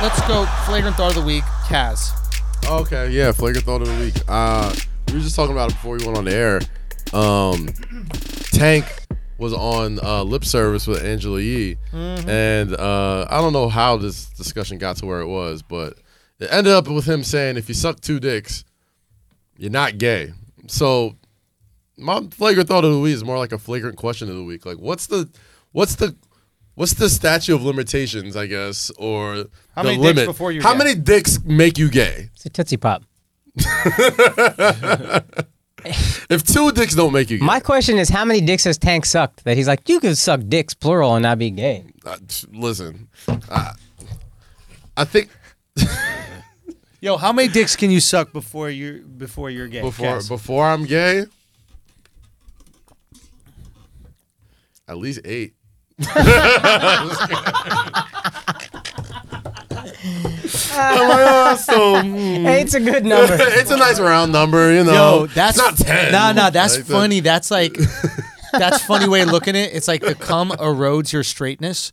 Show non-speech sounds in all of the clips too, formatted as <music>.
let's go flagrant thought of the week, Kaz. Okay, yeah, flagrant thought of the week. Uh, we were just talking about it before we went on the air. Um, Tank was on uh, lip service with Angela Yee, Mm-hmm. and uh, I don't know how this discussion got to where it was, but it ended up with him saying, "If you suck two dicks, you're not gay." So my flagrant thought of the week is more like a flagrant question of the week. Like, what's the, what's the, what's the statute of limitations? I guess, or How the many dicks limit? before you're how gay? many dicks make you gay? It's a tootsie pop. If two dicks don't make you gay, My question is, how many dicks has Tank sucked that he's like, you could suck dicks plural and not be gay? uh, t- listen, I, I think Yo, how many dicks can you suck before you before you're gay? before Cass? before I'm gay, at least eight. <laughs> I'm like, "Oh, so hmm." Hey, it's a good number. it's a nice round number, you know. Yo, Oh, that's it's not ten. No, no, that's Like, funny. That's <laughs> like that's funny way of looking at it. It's like the cum erodes your straightness.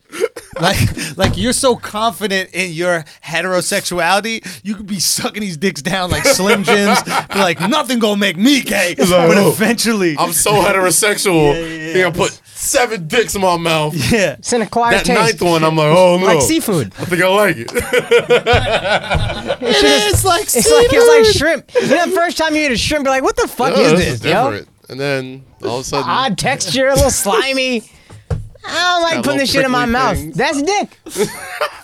Like like you're so confident in your heterosexuality, you could be sucking these dicks down like Slim Jims. be like nothing gonna make me gay. like, but oh. eventually, I'm so heterosexual. Think I put seven dicks in my mouth. yeah. It's an acquired That taste. ninth one, I'm like, oh no, Like seafood. I think I like it. <laughs> It's like It's like it's like shrimp. You know, the first time you eat a shrimp, you're like, what the fuck Oh, is this this, is yo? different. And then all of a sudden, Odd texture, a little slimy. Oh, I don't like Got little putting this shit in my prickly mouth. things.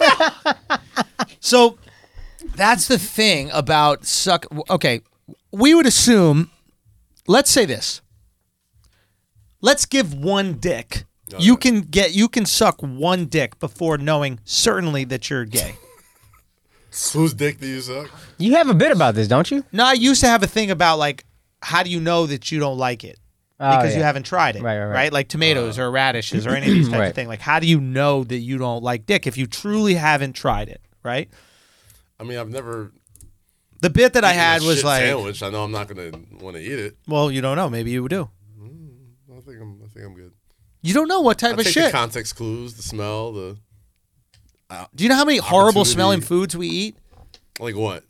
That's dick. So that's the thing about suck. Okay, we would assume. Let's say this. Let's give one dick. Oh, you can get. You can suck one dick before knowing certainly that you're <laughs> gay. whose dick do you suck? You have a bit about this, don't you? no, I used to have a thing about like, how do you know that you don't like it? Because you Oh, yeah. haven't tried it, Right, right, right. Like tomatoes Uh-huh. or radishes or any of <clears throat> these types Right. of things. Like, how do you know that you don't like dick if you truly haven't tried it, right? I mean, I've never. The bit that I eaten a had was shit like, sandwich. I know I'm not gonna want to eat it. well, you don't know. Maybe you do. I think I'm. I think I'm good. You don't know what type I of take shit. the context clues, the smell, the Do you know how many horrible smelling Opportunity. foods we eat? like what.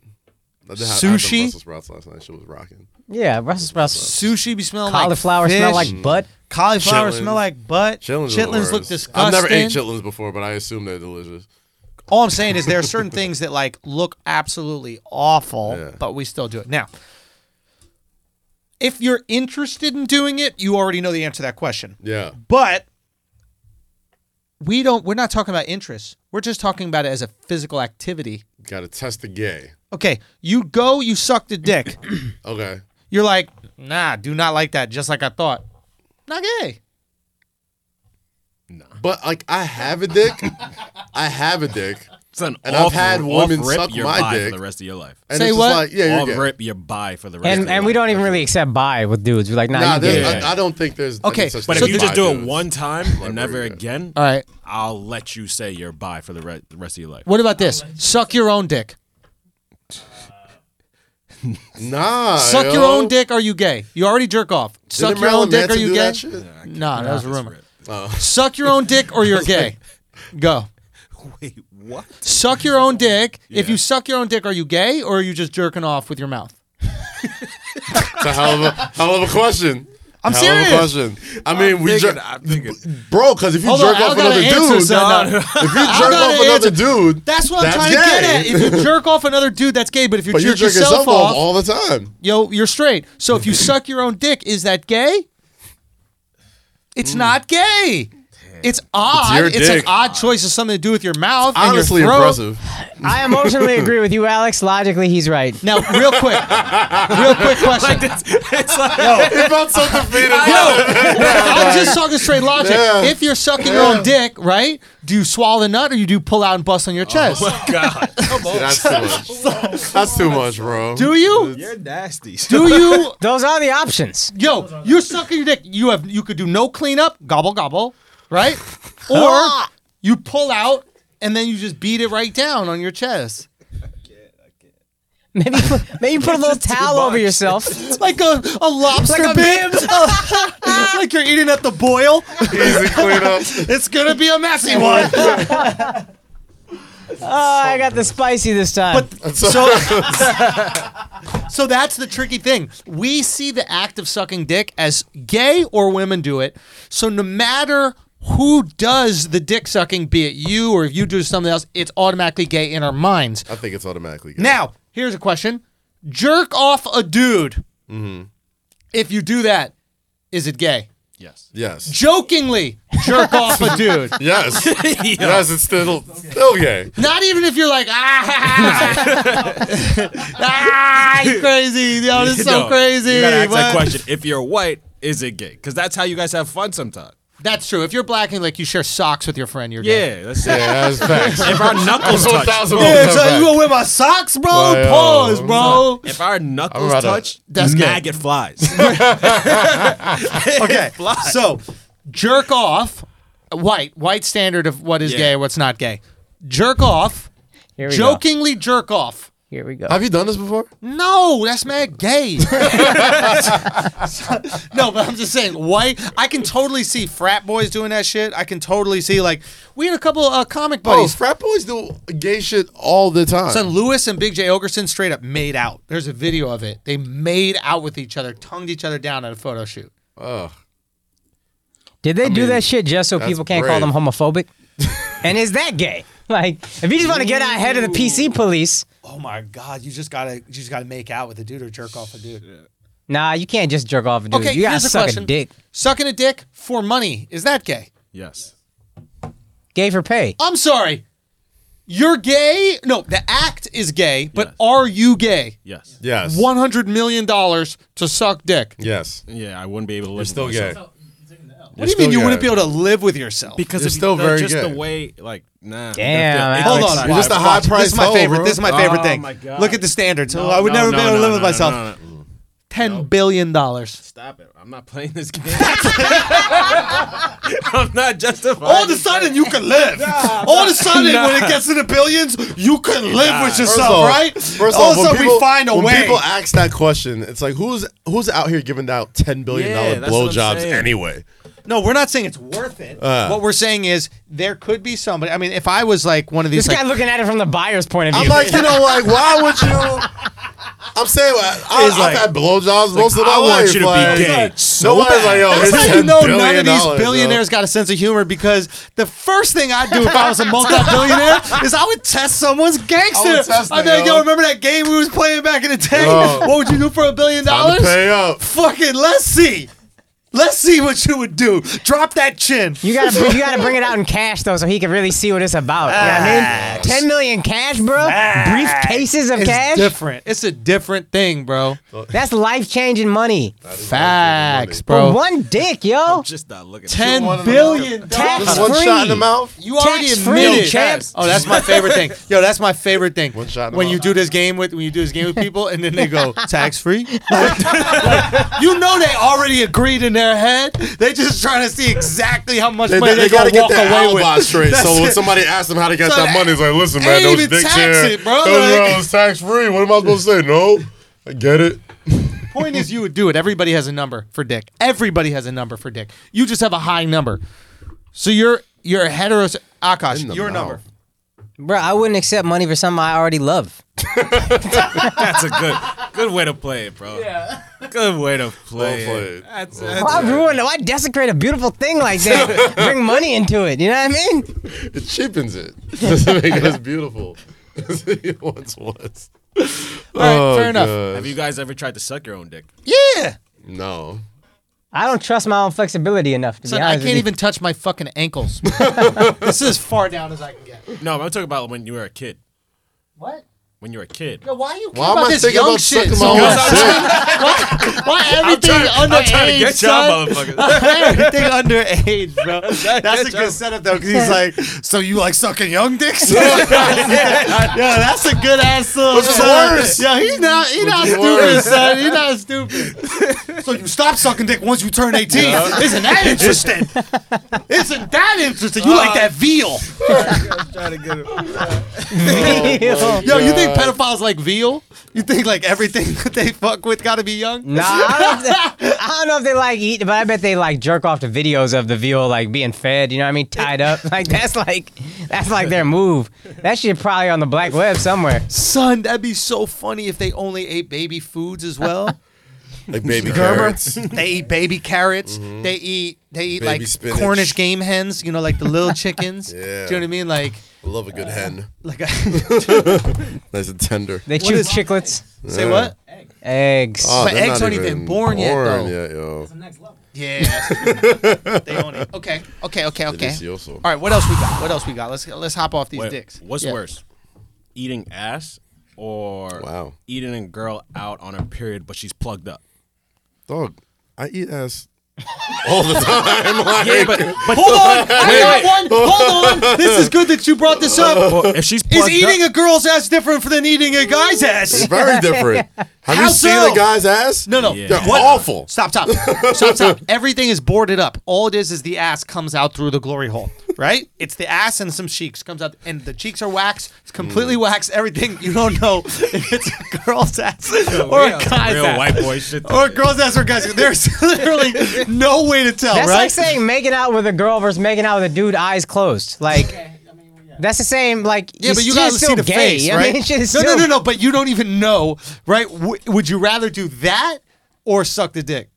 I did have- I had Sushi? some Brussels sprouts last night. Shit was rocking. Yeah, Brussels sprouts. Sushi be smelling Cauliflower like fish. smell Mm. like butt. cauliflower Chitlins. smell like butt. Chitlins, are the chitlins look worst. disgusting. I've never ate chitlins before, but I assume they're delicious. All I'm saying is there are certain things that like look absolutely awful, Yeah. but we still do it. Now, if you're interested in doing it, you already know the answer to that question. Yeah. But we don't we're not talking about interests. We're just talking about it as a physical activity. Got to test the gay. Okay, you go, you suck the dick. Okay. You're like, nah, do not like that, just like I thought. Not gay. But like, I have a dick. <laughs> I have a dick. <laughs> It's an And I've off, had off women rip suck your my buy dick. for the rest of your life. And Say it's what? Just like, yeah, off you're gay. rip your buy for the rest. And of your and we life. don't even really accept bi with dudes. We're like, nah, Nah, you gay. there's- gay. I, I don't think there's. Okay, such but But thing So if you as just bi do it dudes. one time and never yeah. again, All right. I'll let you say you're bi for the, re- the rest of your life. What about this? Suck your own dick. Nah. Suck your yo. own dick. Are you gay? You already jerk off. Suck Didn't your own Marilyn dick. Are Manson you do gay? that shit? Nah, that was a rumor. rip. Suck your own dick or you're <laughs> gay. Go. Wait, <laughs> what? Suck your own dick. If Yeah. you suck your own dick, are you gay or are you just jerking off with your mouth? It's a hell of a hell of a question. I'm hell serious. Of a question. I mean, we thinking- jerk, I'm thinking. bro, because if you Hold on, jerk I off gotta another answer dude, something. if <laughs> you jerk gotta off another answer- dude, That's what I'm trying to get at. If <laughs> you jerk off another dude, that's gay. But if you but you jerk jerk yourself off, all the time. yo, you're straight. So <laughs> if you suck your own dick, is that gay? It's not gay. It's odd. Mm. your It's, dick. an odd choice of something to do with your mouth. and your Honestly, throat. <laughs> impressive. I <laughs> emotionally agree with you, Alex. Logically, he's right. Now, real quick, real quick question. <laughs> It felt so defeated. I'm just talking straight logic. Yeah. If you're sucking your own dick, right? Do you swallow the nut or you do pull out and bust on Oh, your chest? <laughs> God, That's too <laughs> much. That's too much, bro. do you? you're nasty. Do you? Those are the options. Yo, you're sucking your dick. You have you could do no cleanup, gobble gobble, <laughs> right? Or you pull out and then you just beat it right down on your chest. Maybe put, maybe put a little towel over yourself. It's like a, a lobster Like a bib. <laughs> like you're eating at the boil. <laughs> Easy clean up. It's gonna be a messy one. Oh, I got the spicy this time. So, so that's the tricky thing. We see the act of sucking dick as gay or women do it. So no matter who does the dick sucking, be it you or if you do something else, it's automatically gay in our minds. I think it's automatically. Good. Now, here's a question: Jerk off a dude. If you do that, is it gay? <laughs> Yes. Yes. Jokingly, jerk off a dude. Yes. <laughs> <laughs> Yes. It's still still gay. Not even if you're like, ah, <laughs> ah, you crazy. Yo, this is <laughs> so No, crazy. You gotta ask that What? question. If you're white, is it gay? Because that's how you guys have fun sometimes. That's true. If you're black and like you share socks with your friend, you're gay. Yeah, Oh, that's it. Yeah, that's <laughs> facts. <laughs> If our knuckles That's touch, 1,000 Yeah, percent so you facts. gonna wear my socks, bro? Wow. Pause, bro. if our knuckles about to- touch, <laughs> That's gay. <laughs> maggot flies. <laughs> Okay, so jerk off. White, white standard of what is Yeah. gay or what's not gay. Jerk off. Here we go. Jokingly jerk off. Here we go. Have you done this before? No, that's mad gay. <laughs> no, but I'm just saying, white. I can totally see frat boys doing that shit. I can totally see like we had a couple uh, comic Oh, buddies. frat boys do gay shit all the time. Son Lewis and Big J Ogerson straight up made out. There's a video of it. They made out with each other, tongued each other down at a photo shoot. Did they do that shit just so people can't call brave. them homophobic? and is that gay? Like, if you just want to get out ahead of the PC police, Oh my god, you just gotta you just gotta make out with a dude or jerk off a dude. nah, you can't just jerk off a dude. Okay, you gotta here's a suck question. a dick. Sucking a dick for money, is that gay? yes. Gay for pay. I'm sorry. You're gay? No, the act is gay, but Yes. are you gay? Yes. yes. One hundred million dollars to suck dick. Yes. Yeah, I wouldn't be able to live with Still myself. gay. What do you mean you wouldn't be able to live with yourself? Because You're if you- still the- very just gay. the way, like, nah. Damn, It- it- Alex. Hold on, You're just a Alex. high price. This is my favorite. This is my favorite Oh, thing. my God. Look at the standards. No, oh, I would no, never no, be able to no, live no, with no, myself. no, no, no. Ten billion dollars. Stop it. I'm not playing this game. <laughs> I'm not justifying. All of a sudden, you can live. all of a sudden, Nah. when it gets to the billions, you can live with First yourself, off- right? First all off, of a when sudden, people- we find a when way. people ask that question, it's like who's who's out here giving out ten billion Yeah, dollar that's what I'm blowjobs saying. anyway? no, we're not saying it's worth it. what we're saying is there could be somebody. I mean, if I was like one of these, This guy like, looking at it from the buyer's point of I'm view. like, you know, like why would you? <laughs> I'm saying, I, I, It's I've like- had blowjobs most of my I want life. you to be like, gay like, so nobody's bad. like, yo, that's here's how you $10 know Oh, billion none of yo. these billionaires got a sense of humor because the first thing I'd do if I was a multi-billionaire <laughs> is I would test someone's gangster. I would test I'd be them, like, yo. yo, remember that game we was playing back in the day? Yo. What would you do for a billion Time dollars? to pay up. Fucking let's see. Let's see what you would do. Drop that chin. you gotta, br- you gotta bring it out in cash though, so he can really see what it's about. You know what I mean? Ten million cash, bro. Briefcases of It's cash. different. It's a different thing, bro. That's life changing money. Facts, For bro. one dick, yo. Just not looking. Ten One of them. billion Tax dollars. Just one free. shot in the mouth. You already Tax free, admitted. champs. Oh, that's my favorite thing. Yo, that's my favorite thing. One shot in the when you mouth. do this game with when you do this game with people, and then they go tax free. <laughs> you know they already agreed in their head. They just trying to see exactly how much They, money they, they, they gotta gotta get walk that away alibi with. straight. That's So when it. somebody asks them how they got So that they- money, it's like, listen, they man, ain't those even dicks tax here, it, bro. those Like- girls tax free. What am I supposed to say? No, I get it. Point is, you would do it. Everybody has a number for dick. Everybody has a number for dick. You just have a high number. So you're you're a hetero. Akash, your number. Bro, I wouldn't accept money for something I already love. That's a good, good way to play it, bro. Yeah. Good way to play Well played. it. That's, Why that's ruin it? Why desecrate a beautiful thing like that? <laughs> Bring money into it. You know what I mean? It cheapens it. <laughs> Doesn't make it as beautiful <laughs> as it once was. All right, Oh, fair enough. Have you guys ever tried to suck your own dick? Yeah. No. I don't trust my own flexibility enough to Son, be I honest with can't you. even touch my fucking ankles. this is as far down as I can get. No, I'm talking about when you were a kid. What? When you were a kid. Yo, why are you care Why am about I this thinking young about shit? sucking so my much? own <laughs> why, dick? why everything underage, I'm trying to get y'all, son? motherfuckers. everything underage, bro. <laughs> That's a good setup though, because he's like, So you like sucking young <laughs> dicks? yeah, that's a good ass son. Which is worse. Yeah, he's not, he's not is stupid, worse. son. He's not stupid. <laughs> so you stop sucking dick once you turn 18. Isn't that <laughs> interesting? Isn't that Uh, interesting? You like that veal? trying to get it. Ew. <laughs> Yo, you think pedophiles like veal? You think like everything <laughs> that they fuck with got to be young? <laughs> Nah, I don't, I don't know if they like eat, but I bet they like jerk off to videos of the veal like being fed. You know what I mean? Tied up. <laughs> Like that's like that's like their move. That shit probably on the black web somewhere. Son, that'd be so funny if they only ate baby foods as well. like baby Gerber, <laughs> carrots. they eat baby carrots. They eat they eat Mm-hmm. Baby like spinach. Cornish game hens. You know, like the little chickens. Yeah. Do you know what I mean? Like I love a good hen. <laughs> like a, <laughs> Nice and tender. They chew chicklets, say what? eggs. Oh, But Ah, they're eggs not aren't even born yet, though. yet, yo. Yeah, they own it. Okay, okay, okay, okay. Delicioso. All right, what else we got? What else we got? Let's let's hop off these Wait, dicks. What's Yeah. worse, eating ass or Wow. eating a girl out on her period but she's plugged up? Dog, I eat ass all the time. Like, Yeah, but, but Hold on, <laughs> I got one. Hold on, this is good that you brought this <laughs> up. <laughs> Well, if she's Is plugged eating up, a girl's ass different than eating a guy's it's ass? <laughs> very different. Have How you seen so? a guy's ass? No, no. Yeah. They're awful. Stop, stop, stop, stop. Everything is boarded up. All it is is the ass comes out through the glory hole, right? It's the ass and some cheeks comes out, and the cheeks are waxed. It's Mm. completely waxed. Everything you don't know if it's a girl's <laughs> ass or a real, guy's real ass. white boy shit. Or a girl's ass or guys. There's <laughs> literally no way to tell, That's right? like saying making out with a girl versus making out with a dude eyes closed. Like that's the same. Like yeah, but you shit's gotta see still the gay. face, I right? mean, <laughs> shit's no, still- no, no, no. But you don't even know, right? W- would you rather do that or suck the dick?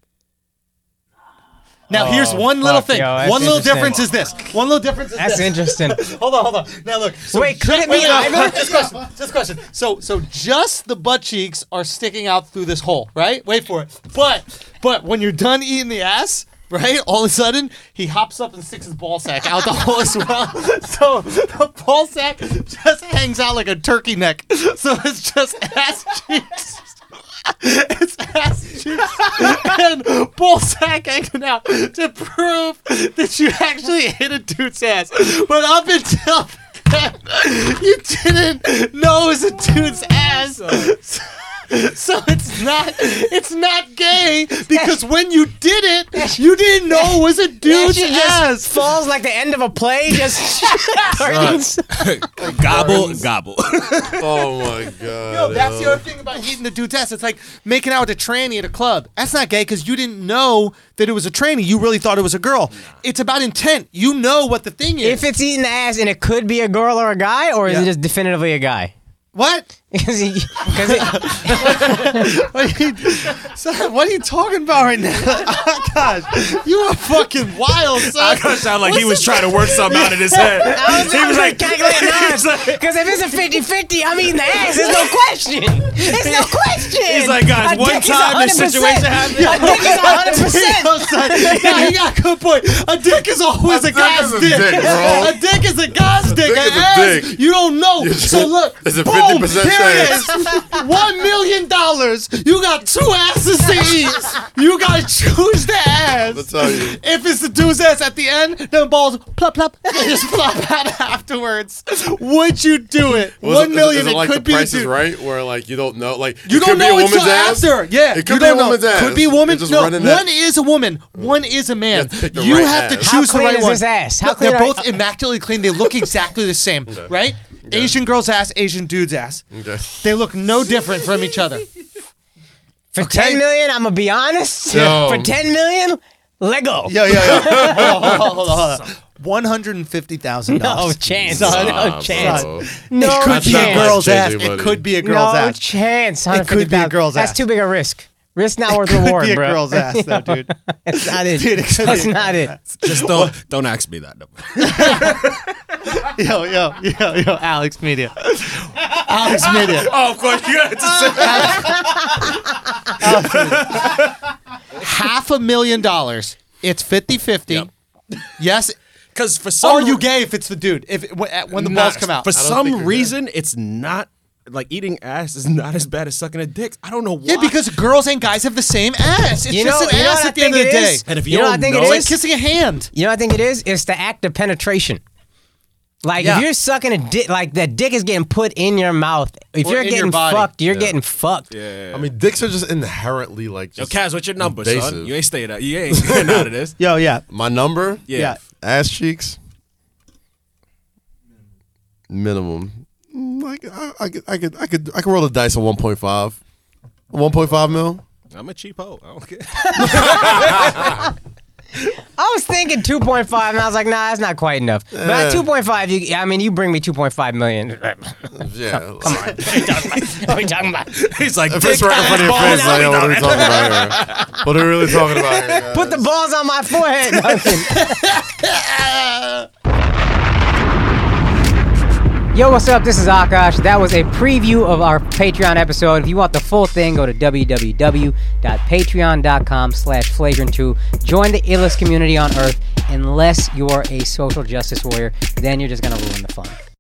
Now here's one little Oh, fuck, thing. yo, that's one little interesting. difference is this. One little difference is That's this. <laughs> interesting. Hold on, hold on. Now look. So Wait, could it wait, be no, either? Just question. Just question. So, so just the butt cheeks are sticking out through this hole, right? Wait for it. But, but when you're done eating the ass. Right, all of a sudden he hops up and sticks his ball sack out the <laughs> hole as well. So the ball sack just hangs out like a turkey neck. So it's just ass <laughs> cheeks. It's ass cheeks and ball sack hanging out to prove that you actually hit a dude's ass. But up until then, you didn't know it was a dude's ass. So, so it's not it's not gay because when you did it, you didn't know it was a That dude's shit just ass. falls like the end of <laughs> a play. Just curtains. <laughs> gobble, gobble. <laughs> Oh <laughs> my god. No, that's yo. the other thing about eating the dude's ass. It's like making out with a tranny at a club. That's not gay because you didn't know that it was a tranny. You really thought it was a girl. It's about intent. You know what the thing is. If it's eating the ass and it could be a girl or a guy, or is Yeah. it just definitively a guy? <laughs> what? Because it, <laughs> What are, you, son, what are you talking about right now? <laughs> Oh, gosh, you are fucking <laughs> wild, son. I sound like he was trying to work something out in his head. <laughs> I was, he I was was like like, calculating odds. he's like- Because if it's a 50 50, I'm eating the ass. There's no question. There's <laughs> no question. He's like, guys, A one dick is time this 100%. situation happened. A dick <laughs> is 100%. No, son. Yeah, you got a good point. A dick is always a, guy's is a dick. dick, bro. A dick is a guy's dick. dick An is a ass, dick. you don't know. So look, It's a boom, 50% here it is. One million dollars. You got two asses to eat. You gotta choose the ass. I'll tell you. <laughs> If it's the dude's ass at the end, then balls plop plop, <laughs> they just plop out afterwards. Would you do it? Was One it- million. Is it, It, like could the be a price is dude. right, where like you don't know, like You it don't could know be a until woman's ass. after. Yeah, it you could be a don't know. woman's ass. Could be a They're woman. just No, running one that- Mm. is a woman. One is a man. have to pick the You right have to choose ass. How the clean right is one. his ass? How No, clean they're are- both immaculately clean. They look exactly the same, right? Asian girl's ass, Asian dude's ass. Okay. They look no different from each <laughs> other. For 10 million, I'm going to <laughs> be honest. Yo. For 10 million, Lego. Yo, yo, yo. hold on, hold on, hold on. One hundred and fifty thousand No dollars. <laughs> chance. Son, No bro. chance. It No could be a not chance. girl's changing, ass. It buddy. could be a No girl's ass. It chance. could be a 150,000. girl's That's ass. too big a risk. Risk not worth It reward, could be a bro. girl's ass, though, dude. <laughs> That's not it. Dude, it could That's be a not it. Just don't, don't ask me that. No. <laughs> <laughs> Yo, yo, yo, yo, Alex Media. Alex Media. oh, of course you got to say. half a million dollars. It's 50 50. Yep. Yes. Because for some, Are you gay if it's the dude? If when the Nah, balls come out. For think you're some gay. reason, it's not like eating ass is not as bad as sucking a dick. I don't know why. yeah, because girls and guys have the same ass. It's You know, just an you know ass what I at the end of think the it day. is? And if you You know what I don't think know it It's it, like is? kissing a hand. You know what I think it is? It's the act of penetration. Like Yeah. if you're sucking a dick, like that dick is getting put in your mouth. If Or you're in your getting body. fucked, you're getting fucked. I mean, dicks are just inherently like Yo, just Kaz, what's your number, son? invasive. You ain't staying out. You ain't <laughs> getting out of this. Yo, yeah. my number. Yeah. Yeah. ass cheeks. Minimum. Mm, I'm like, I, I could, I could, I could, I could roll the dice on 1.5, 1.5 mil. I'm a cheap hoe. I don't care. I was thinking 2.5, and I was like, nah, that's not quite enough. But at 2.5, you, I mean, you bring me 2.5 million. <laughs> what Yeah, come <laughs> on. are we talking about? He's like, If it's right in front of your face, like, yo, what are we talking about <laughs> here? What are we really talking about here? guys? Put the balls on my forehead. No, I'm kidding. <laughs> Yo, what's up? This is Akash. That was a preview of our Patreon episode. If you want the full thing, go to www.patreon.com slash flagrant2. Join the illest community on earth. Unless you're a social justice warrior, then you're just going to ruin the fun.